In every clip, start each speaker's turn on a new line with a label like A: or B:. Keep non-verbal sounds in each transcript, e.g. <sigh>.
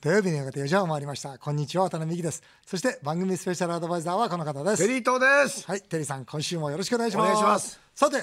A: 土曜日の夕方4時半を回りましたこんにちは渡辺美希ですそして番組スペシャルアドバイザーはこの方です
B: テリー東です。
A: はいテリーさん今週もよろしくお願いします
B: お願いします
A: さて、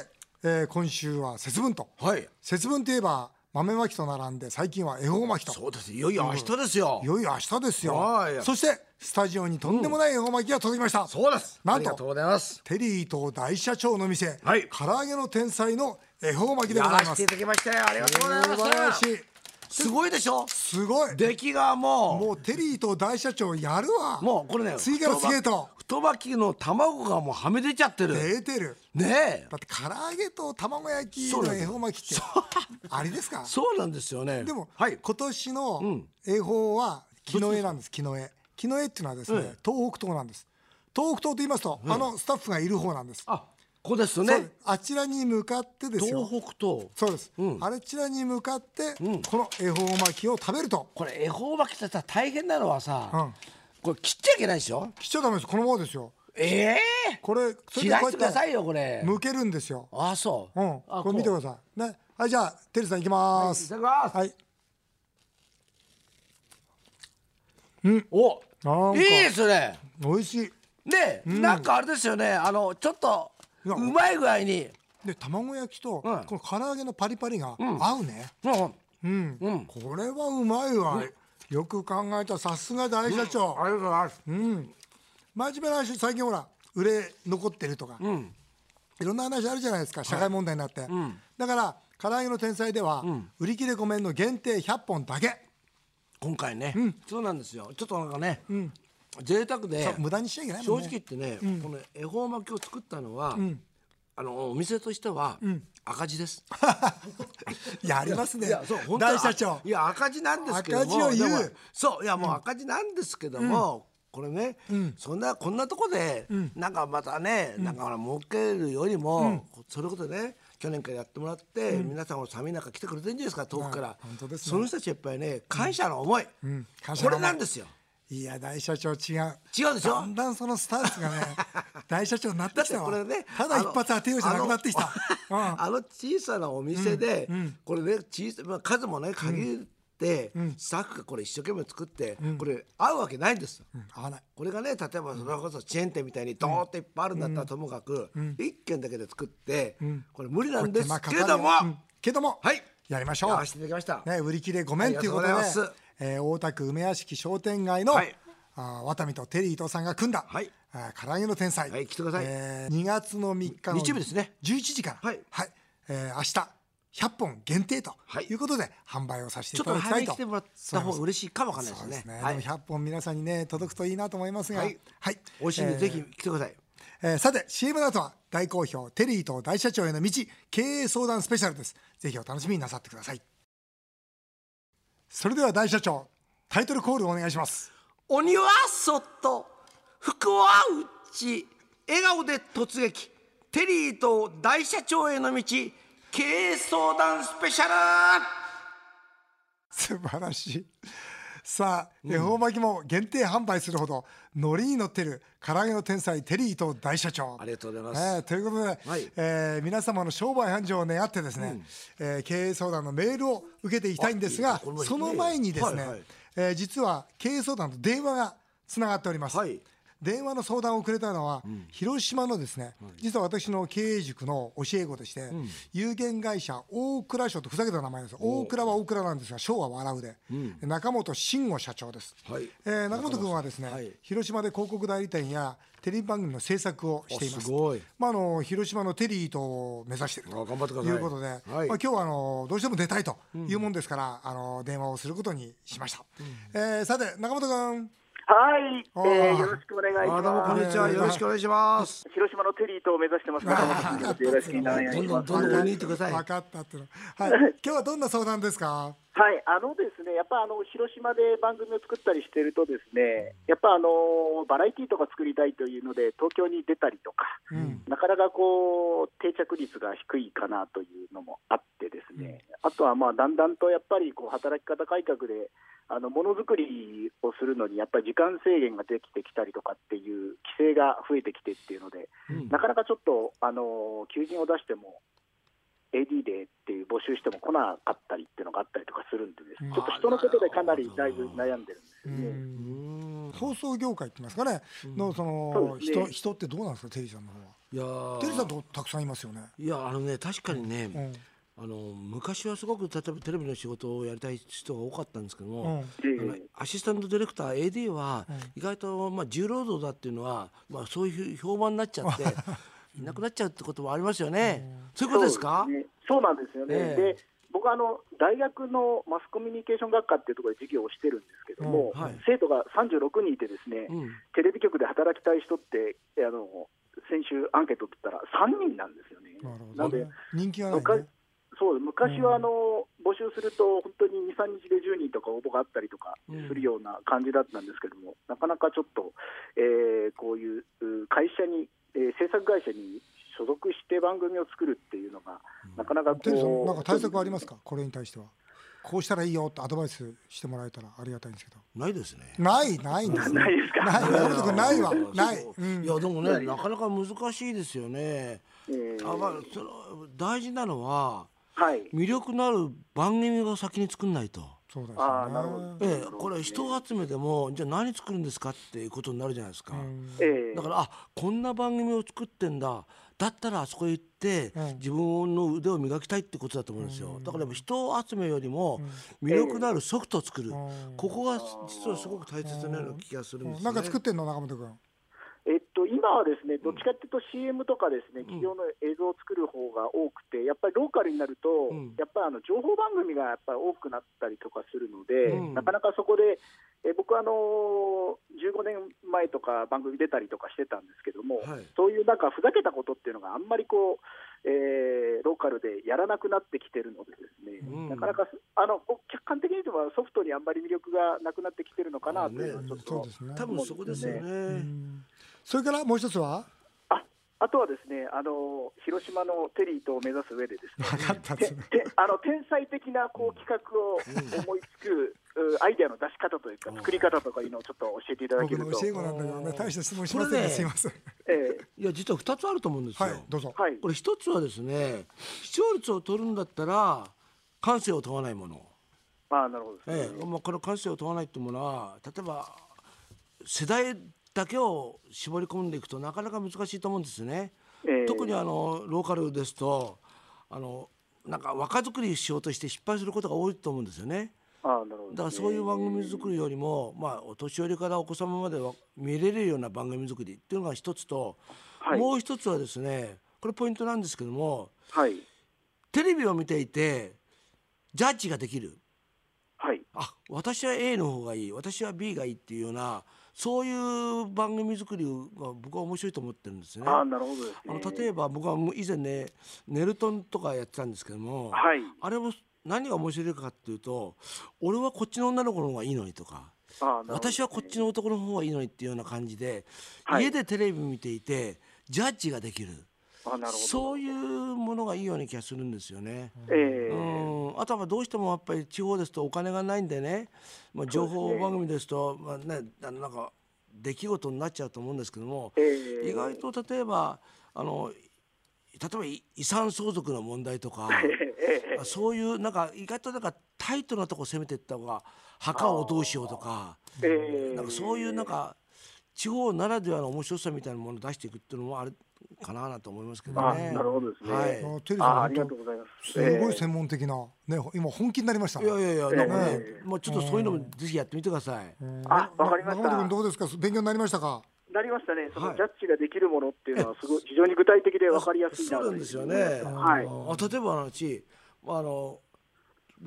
A: えー今週は節分と、
B: はい。
A: 節分といえば豆まきと並んで最近は恵方巻きと
B: そうです。いよいよ明日ですよ。
A: いよいよ明日ですよ
B: はい
A: そしてスタジオにとんでもない恵方巻きが届きました、
B: そうです。
A: なんと
B: ありがとうございます。
A: テリーと大社長の店、
B: はい
A: 唐揚げの天才の恵方巻きで
B: や
A: ござい
B: らせ
A: ま
B: て
A: す
B: いただきましてありがとうございます。
A: 素晴らしい
B: すごいでしょ。
A: すごい
B: 出来がも
A: もうテリーと大社長やるわ
B: うもうこれね。
A: 次から次へと
B: 太巻きの卵がもうはみ出ちゃってる。
A: 出てる
B: ねえ
A: だ。って唐揚げと卵焼き
B: そうな
A: の
B: んです
A: 恵方巻きってあれですか
B: そうなんですよね。
A: でも、
B: はい。
A: 今年の恵方は木の絵なんです木の絵木の絵っていうのはですね、
B: ええ
A: 東北東なんです東北東と言いますと、あのスタッフがいる方なんです、
B: あ、ここですよ
A: そう
B: ね。
A: あちらに向かってですよ
B: 東北と。
A: そうです、
B: うん
A: あちらに向かって、この恵方巻きを食べると
B: これ恵方巻きってさ大変なのは
A: う
B: さ
A: ん、
B: これ切っちゃいけないでしょ。
A: 切っちゃダメですこのままですよ
B: ええ。
A: これそ
B: 切
A: で
B: ら
A: こ
B: してください
A: よ
B: よこれ。
A: 向けるんですよ
B: あ、そう。
A: うん
B: あ
A: これ見てくだ
B: さ
A: さいねはいじゃあテリーさん行きます
B: いただきます。
A: はい
B: お
A: なんか
B: いいですね
A: 美味しい
B: ね、なんかあれですよねあのちょっと
A: いや
B: うまい具合に
A: で卵焼きと、
B: うん
A: この唐揚げのパリパリが合うね
B: うん
A: うん、
B: うん
A: これはうまいわ、よく考えたさすが大社長、
B: りがとうございます
A: 真面目な話最近ほら売れ残ってるとか、
B: ん
A: いろんな話あるじゃないですか社会問題になって、だから唐揚げの天才では、売り切れごめんの限定100本だけ
B: 今回ね、そうなんですよちょっとなんかね、贅沢で
A: 無駄にしちゃいけないもん
B: 正
A: ね
B: 直言ってね、この恵方巻きを作ったのは、あのお店としては赤字です、
A: やりますね
B: いやそう本当は
A: 大社長
B: いや赤字なんですけども
A: 赤字を言う
B: でもそういやもう赤字なんですけども、これね、そんなこんなとこで、なんかまたね、なんかほら儲けるよりも、それこそね去年からやってもらって、皆さんも寒い中来てくれてるんじゃないですか遠くから、
A: 本当ですね
B: その人たちやっぱりね感謝の思い、
A: ん感謝
B: こ
A: の思い
B: れなんですよ
A: いや大社長違う
B: 違うでしょ
A: だんだんそのスタンス
B: <laughs>
A: がね大社長になってきたわ
B: だってこれね
A: ただ一発当てようじゃなくなってきた
B: あの
A: うん
B: あの小さなお店で、これね小さ、まあ、数もね限って、スタッフがこれ一生懸命作って、これ合うわけないんですよ、
A: 合わない
B: これがね例えばそれこそチェーン店みたいにドーンといっぱいあるんだったらともかく、一軒だけで作って、これ無理なんですけれども、
A: うんけども
B: はい
A: やりましょ
B: や
A: う
B: らせていただきました、
A: ね、売り切れごめんということで
B: ありがとうございます、
A: えー大田区梅屋敷商店街の、
B: はい
A: あー渡美とテリー伊藤さんが組んだ、
B: はい
A: あー唐揚げの天才、
B: はい来てください
A: えー2月の3日の
B: 日曜日ですね
A: 11時から、
B: はい
A: えー明日100本限定と
B: はい
A: いうことで、販売をさせて
B: ちょ
A: い
B: ったと
A: だきたい
B: 早めに
A: と
B: 来てもらった方が嬉しいかもわかんないで
A: そ
B: す
A: う
B: ね
A: ですね、
B: はい
A: でも100本皆さんにね届くといいなと思いますが、は
B: はいい、
A: お
B: 美味しいんで、ぜひ来てください
A: えーさて CM の後は大好評テリーと大社長への道経営相談スペシャルですぜひお楽しみになさってくださいそれでは大社長タイトルコールをお願いします
B: 鬼はそっと福は内笑顔で突撃テリーと大社長への道経営相談スペシャル
A: 素晴らしいさあ恵方、巻きも限定販売するほどノリに乗ってる唐揚げの天才テリーと大社長
B: ありがとうございます
A: えーということで、
B: はい
A: えー皆様の商売繁盛を願ってですね、えー経営相談のメールを受けていきたいんですが
B: あいいですね
A: その前にですね、
B: はいはい
A: えー実は経営相談と電話がつながっております、
B: はい
A: 電話の相談をくれたのは、広島のですね、実は私の経営塾の教え子でして、有限会社大倉賞とふざけた名前なんです大倉は大倉なんですが賞は笑うで、中本慎吾社長です、
B: はい
A: えー中本君はですね、
B: はい
A: 広島で広告代理店やテレビ番組の制作をしています
B: あすごい
A: まあ、あの広島のテリーとを目指していると
B: あ頑張ってください
A: いうことで、
B: はい
A: まあ、今日はあのどうしても出たいというもんですから、あの電話をすることにしました、えーさて中本君
C: はい、
A: あー
C: えー、よろしくお願いし
B: あどうもこ
C: ま
B: ん
C: す。
B: にちはよろしくお願いします
C: 広島のテリーと目指してますから、よろしくお願い
B: どん
C: し
B: ど
C: ま
B: ん
C: す。
B: どんどん抜いてください
A: 分かったっていうのはい今日はどんな相談ですか
C: はい、あのですね、やっぱあの広島で番組を作ったりしてるとですね、やっぱあのバラエティーとか作りたいというので東京に出たりとか、
A: うん
C: なかなかこう定着率が低いかなというのもあってですね、あとはまあだんだんとやっぱりこう働き方改革で。あのものづくりをするのにやっぱり時間制限ができてきたりとかっていう規制が増えてきてっていうので、なかなかちょっと、あのー求人を出しても AD でっていう募集しても来なかったりっていうのがあったりとかするんでです、
A: うん
C: ちょっと人のことでかなりだいぶ悩んでるんです
A: う
C: よね。
A: ん
B: うん
A: 放送業界って言いますかね、のそ
C: そ
A: の
C: うですね
A: 人人ってどうなんですかテリーさんの方は。
B: いやー
A: テリーさんとたくさんいますよね。
B: いやあのね確かにね、
A: うん
B: あの昔はすごく例えばテレビの仕事をやりたい人が多かったんですけども、
A: うん
B: あのアシスタントディレクター AD は意外とまあ重労働だっていうのはまあそういう評判になっちゃ <laughs> っていなくなっちゃうってこともありますよね。そういうことですか
C: そう,、？ね、そうなんですよね、
B: ええ
C: で僕はあの大学のマスコミュニケーション学科っていうところで授業をしてるんですけども、
B: うんはい
C: 生徒が36人いてですね、
B: うん
C: テレビ局で働きたい人ってえあの先週アンケート取ったら3人なんですよね。
A: なるほ
C: な
A: ど
C: んで
A: ね。人気がない
C: 昔
A: ね。
C: そう昔はあの、募集すると本当に2、3日で10人とか応募があったりとかするような感じだったんですけども、なかなかちょっと、えーこういうう会社に、えー制作会社に所属して番組を作るっていうのが、なかなかこ
A: テリーさん
C: う、
A: なんか対策ありますかこれに対しては。こうしたらいいよってアドバイスしてもらえたらありがたいんですけど。
B: ないですね。
A: ないないんですね。
C: <laughs> <laughs> ないですか
A: ない山本君ないわ
B: そう
A: ない。うん
B: いやでもねなかなか難しいですよね。
C: <laughs> えー
B: あまあその大事なのは
C: はい、
B: 魅力のある番組を先に作んないと。
A: そうです
C: あーなるほ
A: よ
C: ど
A: ね。
B: ええ、これ人を集めてもじゃあ何作るんですかっていうことになるじゃないですか。
A: うん
C: えー
B: だからあこんな番組を作ってんだだったらあそこへ行って、
A: うん
B: 自分の腕を磨きたいってことだと思うんですよ、だからやっぱ人を集めるよりも魅力のあるソフトを作る、
A: うん
B: ここが実はすごく大切なような気がするんですね、
A: なんか作ってんの中本君。
C: えっと、今はですねどっちかっていうと CM とかですね企業の映像を作る方が多くてやっぱりローカルになると、
B: うん
C: やっぱりあの情報番組がやっぱり多くなったりとかするので、
B: うん
C: なかなかそこでえ僕はあの15年前とか番組出たりとかしてたんですけども、
B: はい
C: そういうなんかふざけたことっていうのがあんまりこう、えーローカルでやらなくなってきてるのでですね、
B: うん
C: なかなかすあの僕客観的に言うとソフトにあんまり魅力がなくなってきてるのかなというのはちょっ
A: そう
C: と
A: ですね。
B: 多分そこですよね、
A: うんそれからもう一つは。
C: ああとはですねあの広島のテリーと目指す上で
B: <laughs>
C: ですね
A: 分か <laughs> ったですね。
C: てあの天才的なこう企画を思いつく、うアイデアの出し方というか作り方とかいうのをちょっと教えていただけ
A: 僕
C: る
A: の
C: と
A: 教え子なんだけどね、大した質問しません
B: これ
A: ね。
B: ね
A: すいません。
C: ええ
B: いや実は2つあると思うんですよ、
A: はい、どうぞ。
C: はい
B: これ一つはですね視聴率を取るんだったら感性を問わないもの
C: まあなるほどです
B: え
C: ね、
B: え、まあ、この感性を問わないってものは例えば世代だけを絞り込んでいくとなかなか難しいと思うんですね。
C: ええ
B: 特にあのローカルですとあのなんか若作りしようとして失敗することが多いと思うんですよね。
C: ああなるほどです
B: だ
C: ね
B: からそういう番組作りよりも、まあ、お年寄りからお子様までは見れるような番組作りっていうのが一つと、
C: はい
B: もう一つはですねこれポイントなんですけども
C: はい
B: テレビを見ていてジャッジができる。
C: はい
B: あ私は A の方がいい私は B がいいっていうようなそういう番組作りが僕は面白いと思ってるんですね。
C: ああ
B: あ
C: なるほどですね
B: の例えば僕はもう以前ねネルトンとかやってたんですけども、
C: はい
B: あれも何が面白いかっていうと俺はこっちの女の子の方がいいのにとか
C: ああなるほどですね
B: 私はこっちの男の方がいいのにっていうような感じで、
C: はい
B: 家でテレビ見ていてジャッジができる
C: ああなるほど
B: そういうものがいいような気がするんですよね。
C: ええ
B: うんあとはどうしてもやっぱり地方ですとお金がないんでね、まあ、情報番組ですとまあね、あのなんか出来事になっちゃうと思うんですけども、
C: ええ
B: 意外と例えばあの例えばい遺産相続の問題と
C: <laughs>
B: か、あそういうなんか意外となんかタイトなとこ攻めていった方が墓をどうしようとか
C: ええ
B: なんかそういうなんか地方ならではの面白さみたいなものを出していくっていうのもあるかななんて思いますけど
C: あ
B: ね。
C: なるほどですね
B: は
A: あ
B: い
A: テリー
C: ああ
A: さ
C: あ
A: ん
C: りが
A: 本
C: とうございます
A: 当すごい
C: ええ
A: 専門的なね今本気になりました
B: い
A: ね。
B: やいやいや、なんかね
C: え、
B: まあちょっとそういうのもぜひやってみてください。
C: あわかりまし
A: 中本
C: た
A: 君どうですか勉強になりましたか。
C: なりましたね、そ
B: は
C: の
B: い
C: ジャッジができるものっていうのは、すごい非常に具体的で分かりやすいな
B: そうない
C: と
B: ん
C: う
B: ですよね。
C: はい、
B: あ例えばの話、まああの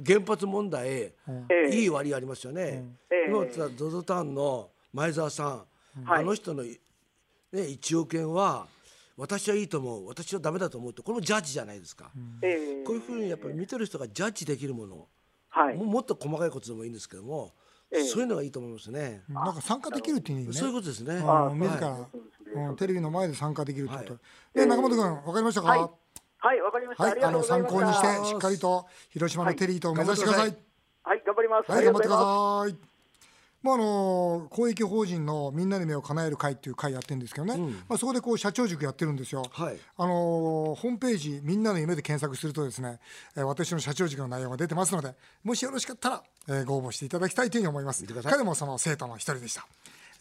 B: 原発問題、
C: ええ
B: いい割合ありますよね。
C: ええ
B: 今言ってたゾゾタウンの前澤さん、
C: はい
B: あの人のね一億円は私はいいと思う、私はダメだと思うってこれもジャッジじゃないですか。
C: ええ
B: こういうふうにやっぱり見てる人がジャッジできるもの、
C: はい
B: も、もっと細かいことでもいいんですけども、
C: ええ
B: そういうのがいいと思いますね。
A: なんか参加できるっていうね。
B: そういうことですね。
A: あ
B: は
A: ー
B: い
A: 自ら
C: そうですね
A: うんテレビの前で参加できるってこ
B: は
A: と。え中本君わかりましたか。
C: はいはい、わかりました。
A: は
C: あり
A: い、
C: が
A: あ
C: とう
A: の
C: ござい
A: 参
C: まし
A: 考
C: た
A: にしてしっかりと広島のテリーとを目指してください。
C: はい、頑張ります。
A: はい、
C: あり
A: 頑張っ
C: がとう
A: てく
C: ございます
A: ださい。まああの公益法人の「みんなの夢を叶える会」っていう会やってるんですけどね、まあ、そこでこう社長塾やってるんですよ、
B: はい
A: あのホームページ「みんなの夢」で検索するとですね、えー私の社長塾の内容が出てますのでもしよろしかったら、えーご応募していただきたいというふうに思います
B: 見てください
A: 彼もその生徒の一人でした、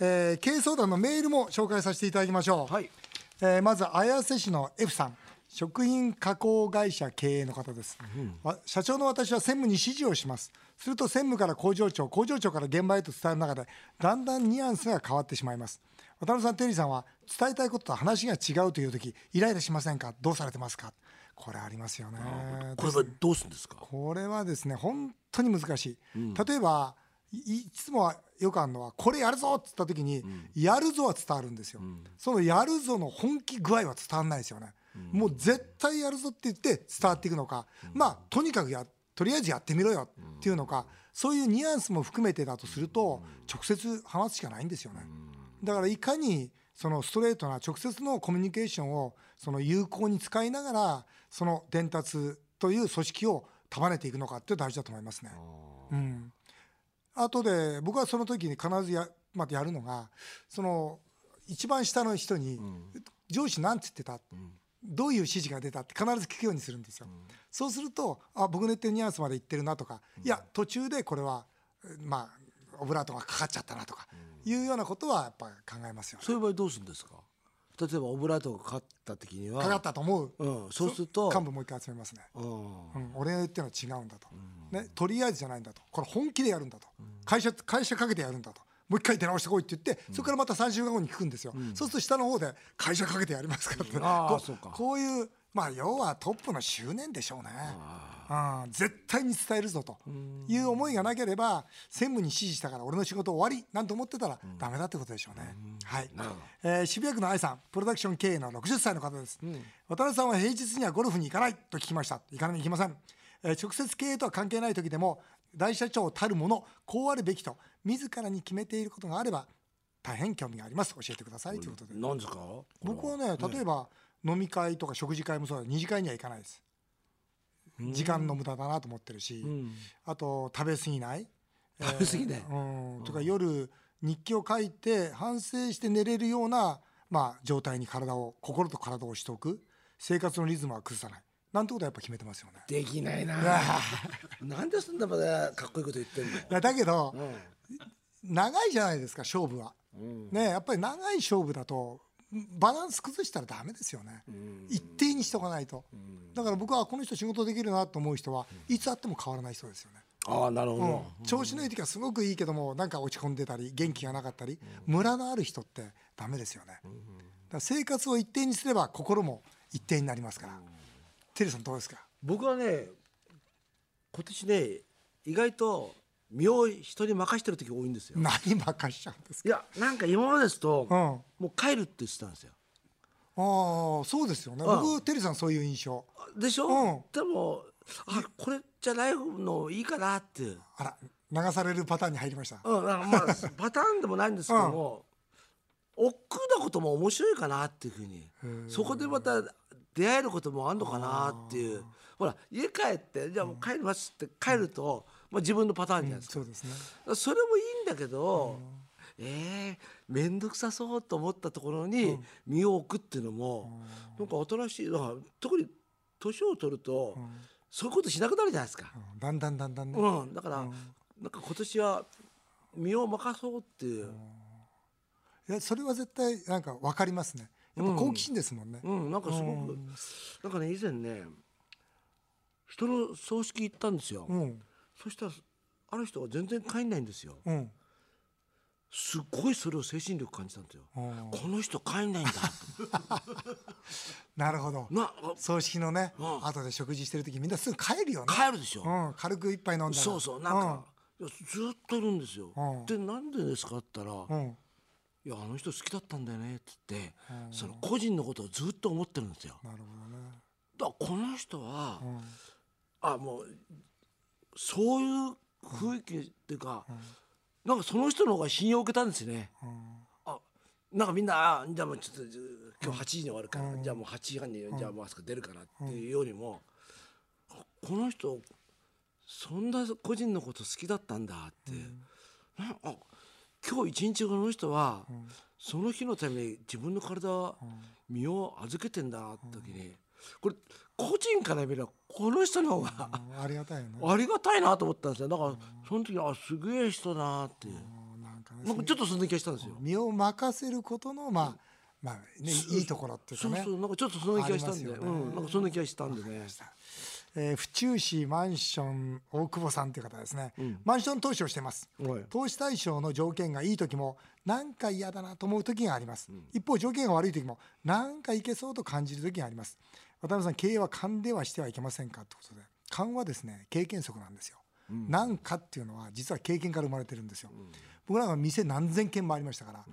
A: えー経営相談のメールも紹介させていただきましょう、
B: はい
A: えーまず綾瀬市の F さん食品加工会社経営の方です、わ社長の私は専務に指示をしますすると専務から工場長工場長から現場へと伝える中でだんだんニュアンスが変わってしまいます渡辺さんテリーさんは伝えたいことと話が違うという時イライラしませんかどうされてますかこれありますよね
B: これはどうするんですか
A: これはですね本当に難しい、例えばいいつもはよくあるのはこれやるぞっつった時に、やるぞは伝わるんですよ、そのやるぞの本気具合は伝わんないですよね、もう絶対やるぞって言って伝わっていくのか、まあとにかくやとりあえずやってみろよっていうのか、そういうニュアンスも含めてだとすると、直接話すしかないんですよね、だからいかにそのストレートな直接のコミュニケーションをその有効に使いながらその伝達という組織を束ねていくのかって大事だと思いますね。うん、あとで僕はその時に必ずや,、まあ、やるのがその一番下の人に、上司なんつってた、どういう指示が出たって必ず聞くようにするんですよ。そうするとあ僕の言ってるニュアンスまで言ってるなとか、いや途中でこれはまあオブラートがかかっちゃったなとか、いうようなことはやっぱ考えますよね。
B: そういう場合どうするんですか例えばオブラートがかかった時には
A: かかったと思う、
B: うん、そうすると
A: 幹部もう一回集めますね、
B: うん
A: うん、俺が言ってるのは違うんだと、ね、とりあえずじゃないんだとこれ本気でやるんだと、会社会社かけてやるんだともう一回出直してこいって言って、それからまた3週間後に聞くんですよ、そうすると下の方で会社かけてやりますからって、
B: あー
A: こ
B: そうか
A: こういうまあ要はトップの執念でしょうねうん、絶対に伝えるぞという思いがなければ専務に指示したから俺の仕事終わりなんて思ってたらダメだってことでしょうね、はい、えー渋谷区の愛さんプロダクション経営の60歳の方です、渡辺さんは平日にはゴルフに行かないと聞きました行かない行きません、えー直接経営とは関係ない時でも大社長たるものこうあるべきと自らに決めていることがあれば大変興味があります教えてくださいということで
B: なんですか
A: 僕はね例えば飲み会とか食事会もそうだけど二次会には行かないです時間の無駄だなと思ってるし、あと食べ過ぎない、
B: 食べ過ぎない
A: うん、とか夜日記を書いて反省して寝れるような、まあ、状態に体を心と体をしておく生活のリズムは崩さないなんてことはやっぱ決めてますよね。
B: できないななんでそんなまだかっこいいこと言ってんの
A: いやだけど、長いじゃないですか勝負は、ねやっぱり長い勝負だとバランス崩したらダメですよね、一定にしておかないと、だから僕はこの人仕事できるなと思う人はいつあっても変わらない人ですよね、
B: ああなるほ
A: うん
B: ど、
A: 調子のいい時はすごくいいけどもなんか落ち込んでたり元気がなかったり、ムラのある人ってダメですよね、だから生活を一定にすれば心も一定になりますから、テリーさんどうですか
B: 僕はね今年ね意外と身を人に任してる時多いんですよ
A: 何任しちゃうんですか
B: いやなんか今までですと、
A: うん
B: もう帰るって言ってたんですよ
A: ああそうですよね
B: うん
A: 僕テリーさんそういう印象
B: でしょ、
A: うん
B: でもあこれじゃない方のいいかなっていう
A: あら流されるパターンに入りました
B: うん、なんかまあ <laughs> パターンでもないんですけども、億劫なことも面白いかなっていうふうにそこでまた出会えることもあんのかなっていうほら家帰ってじゃあもう帰りますって帰ると、まあ、自分のパターンじゃないですか、
A: そうですね
B: それもいいんだけど、えー、めんどくさそうと思ったところに身を置くっていうのも、なんか新しいだから特に年を取ると、そういうことしなくなるじゃないですか。
A: うんだんだんだんだんね、
B: うん、だから、なんか今年は身を任そうっていう、
A: いやそれは絶対なんか分かりますねやっぱ好奇心ですもんね、
B: うんなんかすごく、なんかね以前ね人の葬式行ったんですよ、
A: うん
B: そしたらある人が全然帰んないんですよ
A: うん
B: すっごいそれを精神力感じたんですよ、
A: うん
B: この人帰んないん <laughs> だ
A: なるほど
B: な
A: 葬式のね、
B: うん
A: 後で食事してる時みんなすぐ帰るよね、
B: 帰るでしょ、
A: うん、軽く一杯飲んだら
B: そうそうなんか、いやずっといるんですよ、
A: うん
B: でなんでですかって言ったら、
A: うん、うん
B: いやあの人好きだったんだよねって言って、その個人のことをずっと思ってるんですよ、
A: なるほどね
B: だからこの人は、あもうそういう雰囲気っていうか、なんかその人の方が信用を受けたんですね、あなんかみんなあじゃあもうちょっとじ今日8時に終わるから、じゃあもう8時半に、じゃあもうあそこ出るからっていうよりも、あこの人そんな個人のこと好きだったんだって、なあ今日一日この人は、その日のために自分の体、 <laughs> 身を預けてんだなって時に、これ個人から見ればこの人の方が、
A: ありがたいよね
B: ありがたいなと思ったんですよだからその時にあすげえ人だなっていう、
A: なんかね
B: なんかちょっとそんな気がしたんですよ、
A: 身を任せることのまあまあねいいところっていうか
B: そう
A: ね
B: そうなんかちょっとそんな気がしたんで、
A: あります
B: う
A: よね
B: んなんかそんな気がしたんでね
A: えー府中市マンション大久保さんという方ですね、マンション投資をしてます、
B: はい
A: 投資対象の条件がいい時もなんか嫌だなと思う時があります、一方条件が悪い時もなんかいけそうと感じる時があります渡辺さん経営は勘ではしてはいけませんかってことで勘はですね経験則なんですよ、なんかっていうのは実は経験から生まれてるんですよ、僕らが店何千件もありましたから、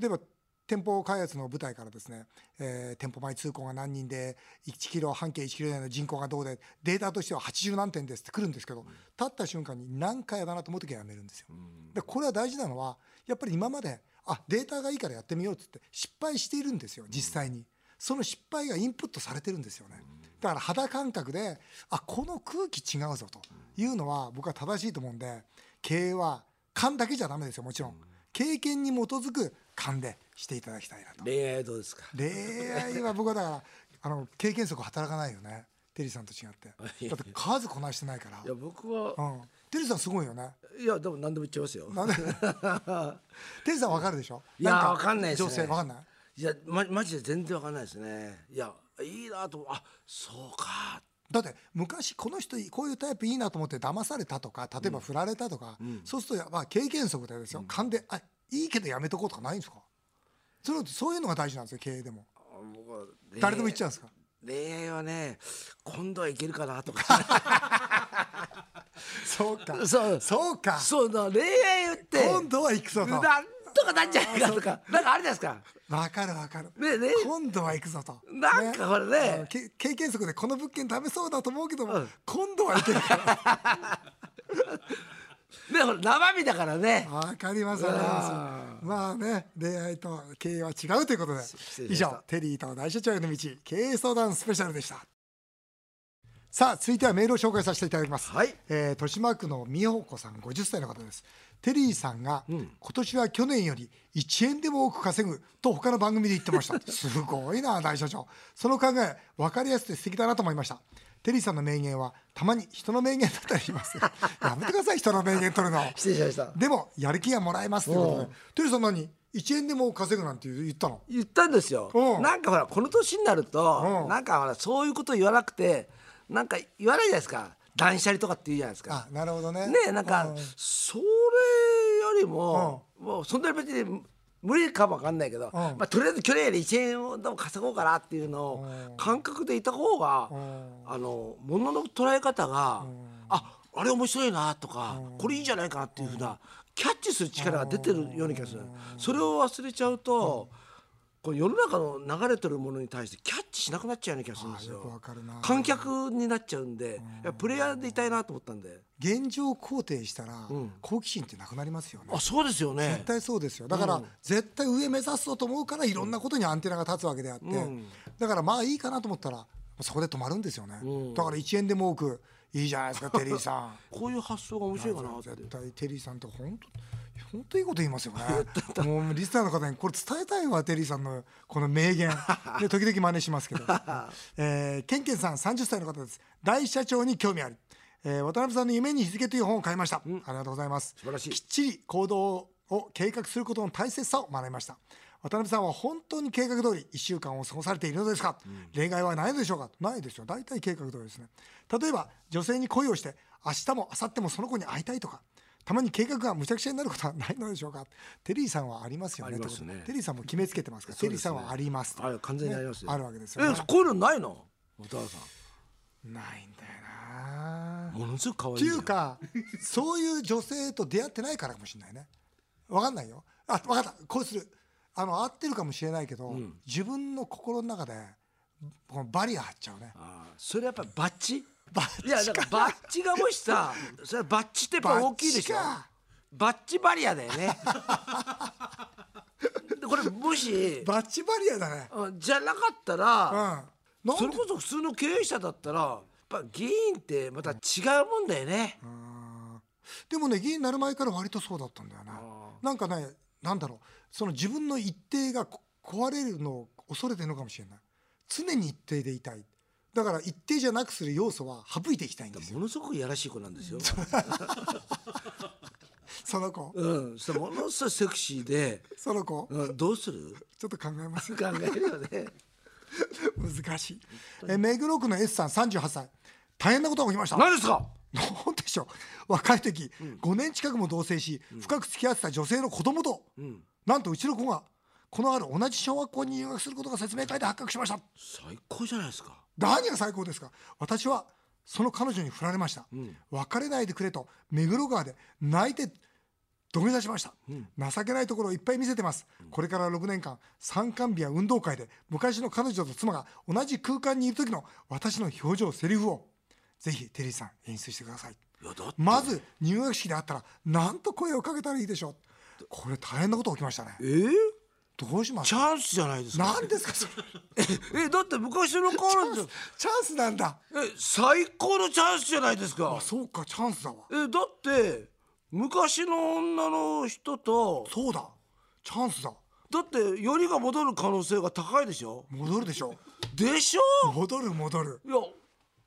A: 例えば店舗開発の舞台からですね、えー店舗前通行が何人で1キロ半径1キロ以内の人口がどうでデータとしては80何点ですって来るんですけど立った瞬間に何回やだなと思う時はやめるんですよ。でこれは大事なのはやっぱり今まであデータがいいからやってみようって言って失敗しているんですよ実際に。その失敗がインプットされてるんですよね。だから肌感覚であこの空気違うぞというのは僕は正しいと思うんで経営は勘だけじゃダメですよもちろん経験に基づく勘でしていただきたいなと
B: 恋愛どうですか
A: 恋愛は僕はだからあの経験則働かないよねテリーさんと違っ
B: <laughs>
A: てだって数こなしてないから
B: いや僕は、
A: うんテリーさんすごいよね
B: いやでも何でも言っちゃいますよ
A: なんでテリーさんわかるでしょ
B: いや
A: な
B: わかんないですね
A: 女性わかんない
B: いやまマジで全然わかんないですねいやいいなとあそうか
A: だって昔この人こういうタイプいいなと思って騙されたとか例えば振られたとか、そうするとまあ経験則でですよ、勘であいいけどやめとこうとかないんですかそれそういうのが大事なんですよ経営でも
B: あ僕は恋愛
A: 誰でも言っちゃうんですか、
B: 恋愛はね今度はいけるかなとか
A: <laughs> そうか
B: そう
A: そうか
B: そうだ恋愛って
A: 今度は行くぞと
B: なんとかなんじゃないかとかなんかあれですか
A: わかるわかる、
B: ねえねえ
A: 今度は行くぞと
B: なんかこれね
A: あのけ経験則でこの物件ダメそうだと思うけども、
B: うん
A: 今度は行けるから
B: でほら生身だからね
A: わかりますわかりますまあね恋愛と経営は違うということで
B: 失礼し
A: 以
B: ました
A: 上テリーと大社長への道経営相談スペシャルでしたさあ続いてはメールを紹介させていただきます、
B: はい
A: えー豊島区の美穂子さん50歳の方ですテリーさんが、今年は去年より1円でも多く稼ぐと他の番組で言ってました
B: <laughs>
A: すごいな大社長その考え分かりやすくて素敵だなと思いましたテリーさんの名言はたまに人の名言だったりしますやめてください人の名言取るの
B: 失礼しました
A: でもやる気がもらえますということ
B: う
A: でテリーさん何1円でも稼ぐなんて言ったの
B: 言ったんですよ
A: うん
B: なんかほらこの年になる
A: う
B: と
A: ん
B: なんかほらそういうこと言わなくてなんか言わないじゃないですか断捨離とかって言うじゃないですか
A: あなるほどね
B: ねえなんかそれよりももうそんなに別に無理かもわかんないけど、まあ、とりあえず去年より1円をでも稼ごうかなっていうのを感覚でいた方が、あのものの捉え方が、ああれ面白いなとか、これいいんじゃないかなっていうふうなキャッチする力が出てるような気がする、それを忘れちゃうと、こう世の中の流れてるものに対してキャッチしなくなっちゃうような気がするんです
A: あよくわ
B: よ
A: かるな。
B: 観客になっちゃうんで、いやプレイヤーでいたいなと思ったんで。
A: 現状肯定したら、好奇心ってなくなりますよね
B: あそうですよね
A: 絶対そうですよだから、絶対上目指すぞと思うからいろんなことにアンテナが立つわけであって、だからまあいいかなと思ったらそこで止まるんですよね、だから1円でも多くいいじゃないですかテリーさん
B: こういう発想が面白いかなって
A: 絶対テリーさんって本当本当いいこと言います
B: <laughs>
A: よね。もうリスナーの方にこれ伝えたいわテリーさんのこの名
B: <laughs>
A: 言で時々真似しますけど、えー、ケンケンさん30歳の方です大社長に興味あり、えー渡辺さんの夢に日付という本を買いました、ありがとうございます
B: 素晴らしい
A: きっちり行動を計画することの大切さを学びました渡辺さんは本当に計画通り1週間を過ごされているのですか、例外はないのでしょうかないですよ大体計画通りですね例えば女性に恋をして明日も明後日もその子に会いたいとかたまに計画がむちゃくちゃになることはないのでしょうかテリーさんはありますよね
B: ありますね
A: テリーさんも決めつけてますから
B: そう
A: テ
B: で
A: リー
B: すね
A: さんはありますと
B: あれ完全にありますよ、
A: ねあるわけですよね
B: えこういうのないの渡辺さ
A: ないんだよなん
B: ものすごく可愛い
A: っ
B: ん
A: て
B: だ
A: い
B: よ
A: うかそういう女性と出会ってないからかもしれないねわかんないよあわかったこうするあの合ってるかもしれないけど、自分の心の中でこのバリア張っちゃうね
B: あーそれやっぱりバッチ
A: バッチ
B: いやだからバッチがもしさそれはバッチってやっぱ大きいでしょ
A: バッチか
B: バッチバリアだよ <laughs> ねでこれもし
A: バッチバリアだね
B: うんじゃなかった
A: うん
B: ら、
A: なんで
B: それこそ普通の経営者だったらやっぱ議員ってまた違うもんだよね、
A: でもね議員になる前から割とそうだったんだよねなんかねなんだろうその自分の一定がこ壊れるのを恐れてるのかもしれない常に一定でいたいだから一定じゃなくする要素は省いていきたいんですよ
B: ものすごくいやらしい子なんですよ。
A: その子
B: うん、そしたらものすごいセクシーで、
A: その子
B: うん、どうする？
A: ちょっと考え <laughs> ますよ
B: <laughs> 考えるよね。
A: 難しいえ目黒区の S さん38歳大変なことが起きました
B: <laughs> 何ですか？
A: なんでしょう若い時、5年近くも同棲し深く付き合ってた女性の子供と、
B: ん
A: なんとうちの子がこの春同じ小学校に入学することが説明会で発覚しました
B: 最高じゃないですか。
A: 何が最高ですか私はその彼女に振られました、別れないでくれと目黒川で泣いて土下座しました、情けないところをいっぱい見せてます、これから6年間参観日や運動会で昔の彼女と妻が同じ空間にいる時の私の表情セリフをぜひテリーさん演出してください
B: いやだって
A: まず入学式で会ったらなんと声をかけたらいいでしょうこれ大変なこと起きましたね
B: えー、
A: どうします
B: チャンスじゃないですか。
A: 何ですかそれ
B: えだって昔の彼女
A: チャンスなんだ
B: え最高のチャンスじゃないですか
A: あ。そうかチャンスだわ
B: えだって昔の女の人と
A: そうだチャンスだ
B: だってよりが戻る可能性が高いでしょ
A: 戻るでしょ
B: でしょ
A: 戻る戻る
B: いや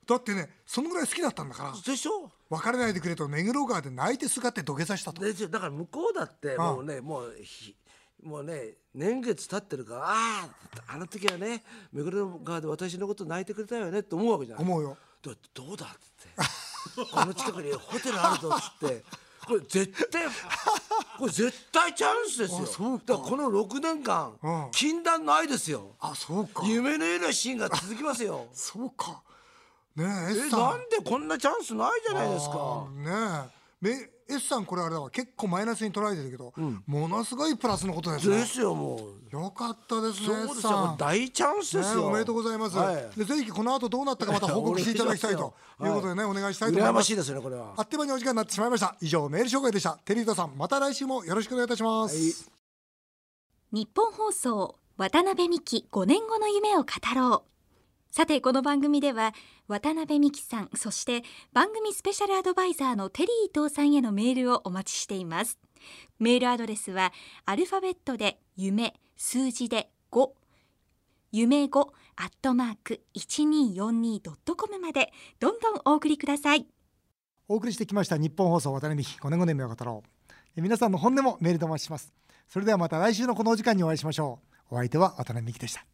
A: だってねそのぐらい好きだったんだから
B: でしょ
A: 別れないでくれと目黒川で泣いてすがって土下座したと
B: ですよだから向こうだって
A: ああ
B: もうねもうひもうね年月経ってるからあああの時はね目黒川で私のこと泣いてくれたよねって思うわけじゃない
A: 思うよ
B: だってどうだっつって
A: <laughs>
B: この近くにホテルあるぞっつってこれ絶対これ絶対チャンスですよ
A: あそうか
B: だからこの6年間、
A: うん
B: 禁断ないですよ
A: あそうか
B: 夢のようなシーンが続きま
A: <laughs>
B: すよ
A: そうかねえ
B: え
A: S さ
B: なん
A: ん
B: でこんなチャンスないじゃないです
A: あ
B: か
A: ーねえめ S さんこれあれだわ結構マイナスに捉えてるけど、ものすごいプラスのことです
B: で
A: ね
B: すよもう
A: よかったですね
B: そうで
A: S
B: すよ
A: さ
B: も
A: ん
B: う大チャンスです
A: ね
B: よ、
A: おめでとうございます、
B: はい
A: でぜひこの後どうなったかまた報告していただきたいということでね、
B: は
A: お願いしたいと思い
B: 羨
A: ま
B: ますしいですねこれは
A: あっという間にお時間になってしまいました以上メール紹介でしたテリータさんまた来週もよろしくお願いいたします、
B: はい
D: 日本放送渡辺美希5年後の夢を語ろうさてこの番組では渡辺美希さんそして番組スペシャルアドバイザーのテリー伊藤さんへのメールをお待ちしていますメールアドレスはアルファベットで夢数字で5夢5アットマーク 1242.com までどんどんお送りください
A: お送りしてきました日本放送渡辺美希5年5年目を語ろうえ皆さんの本音もメールでお待ちしますそれではまた来週のこのお時間にお会いしましょうお相手は渡辺美希でした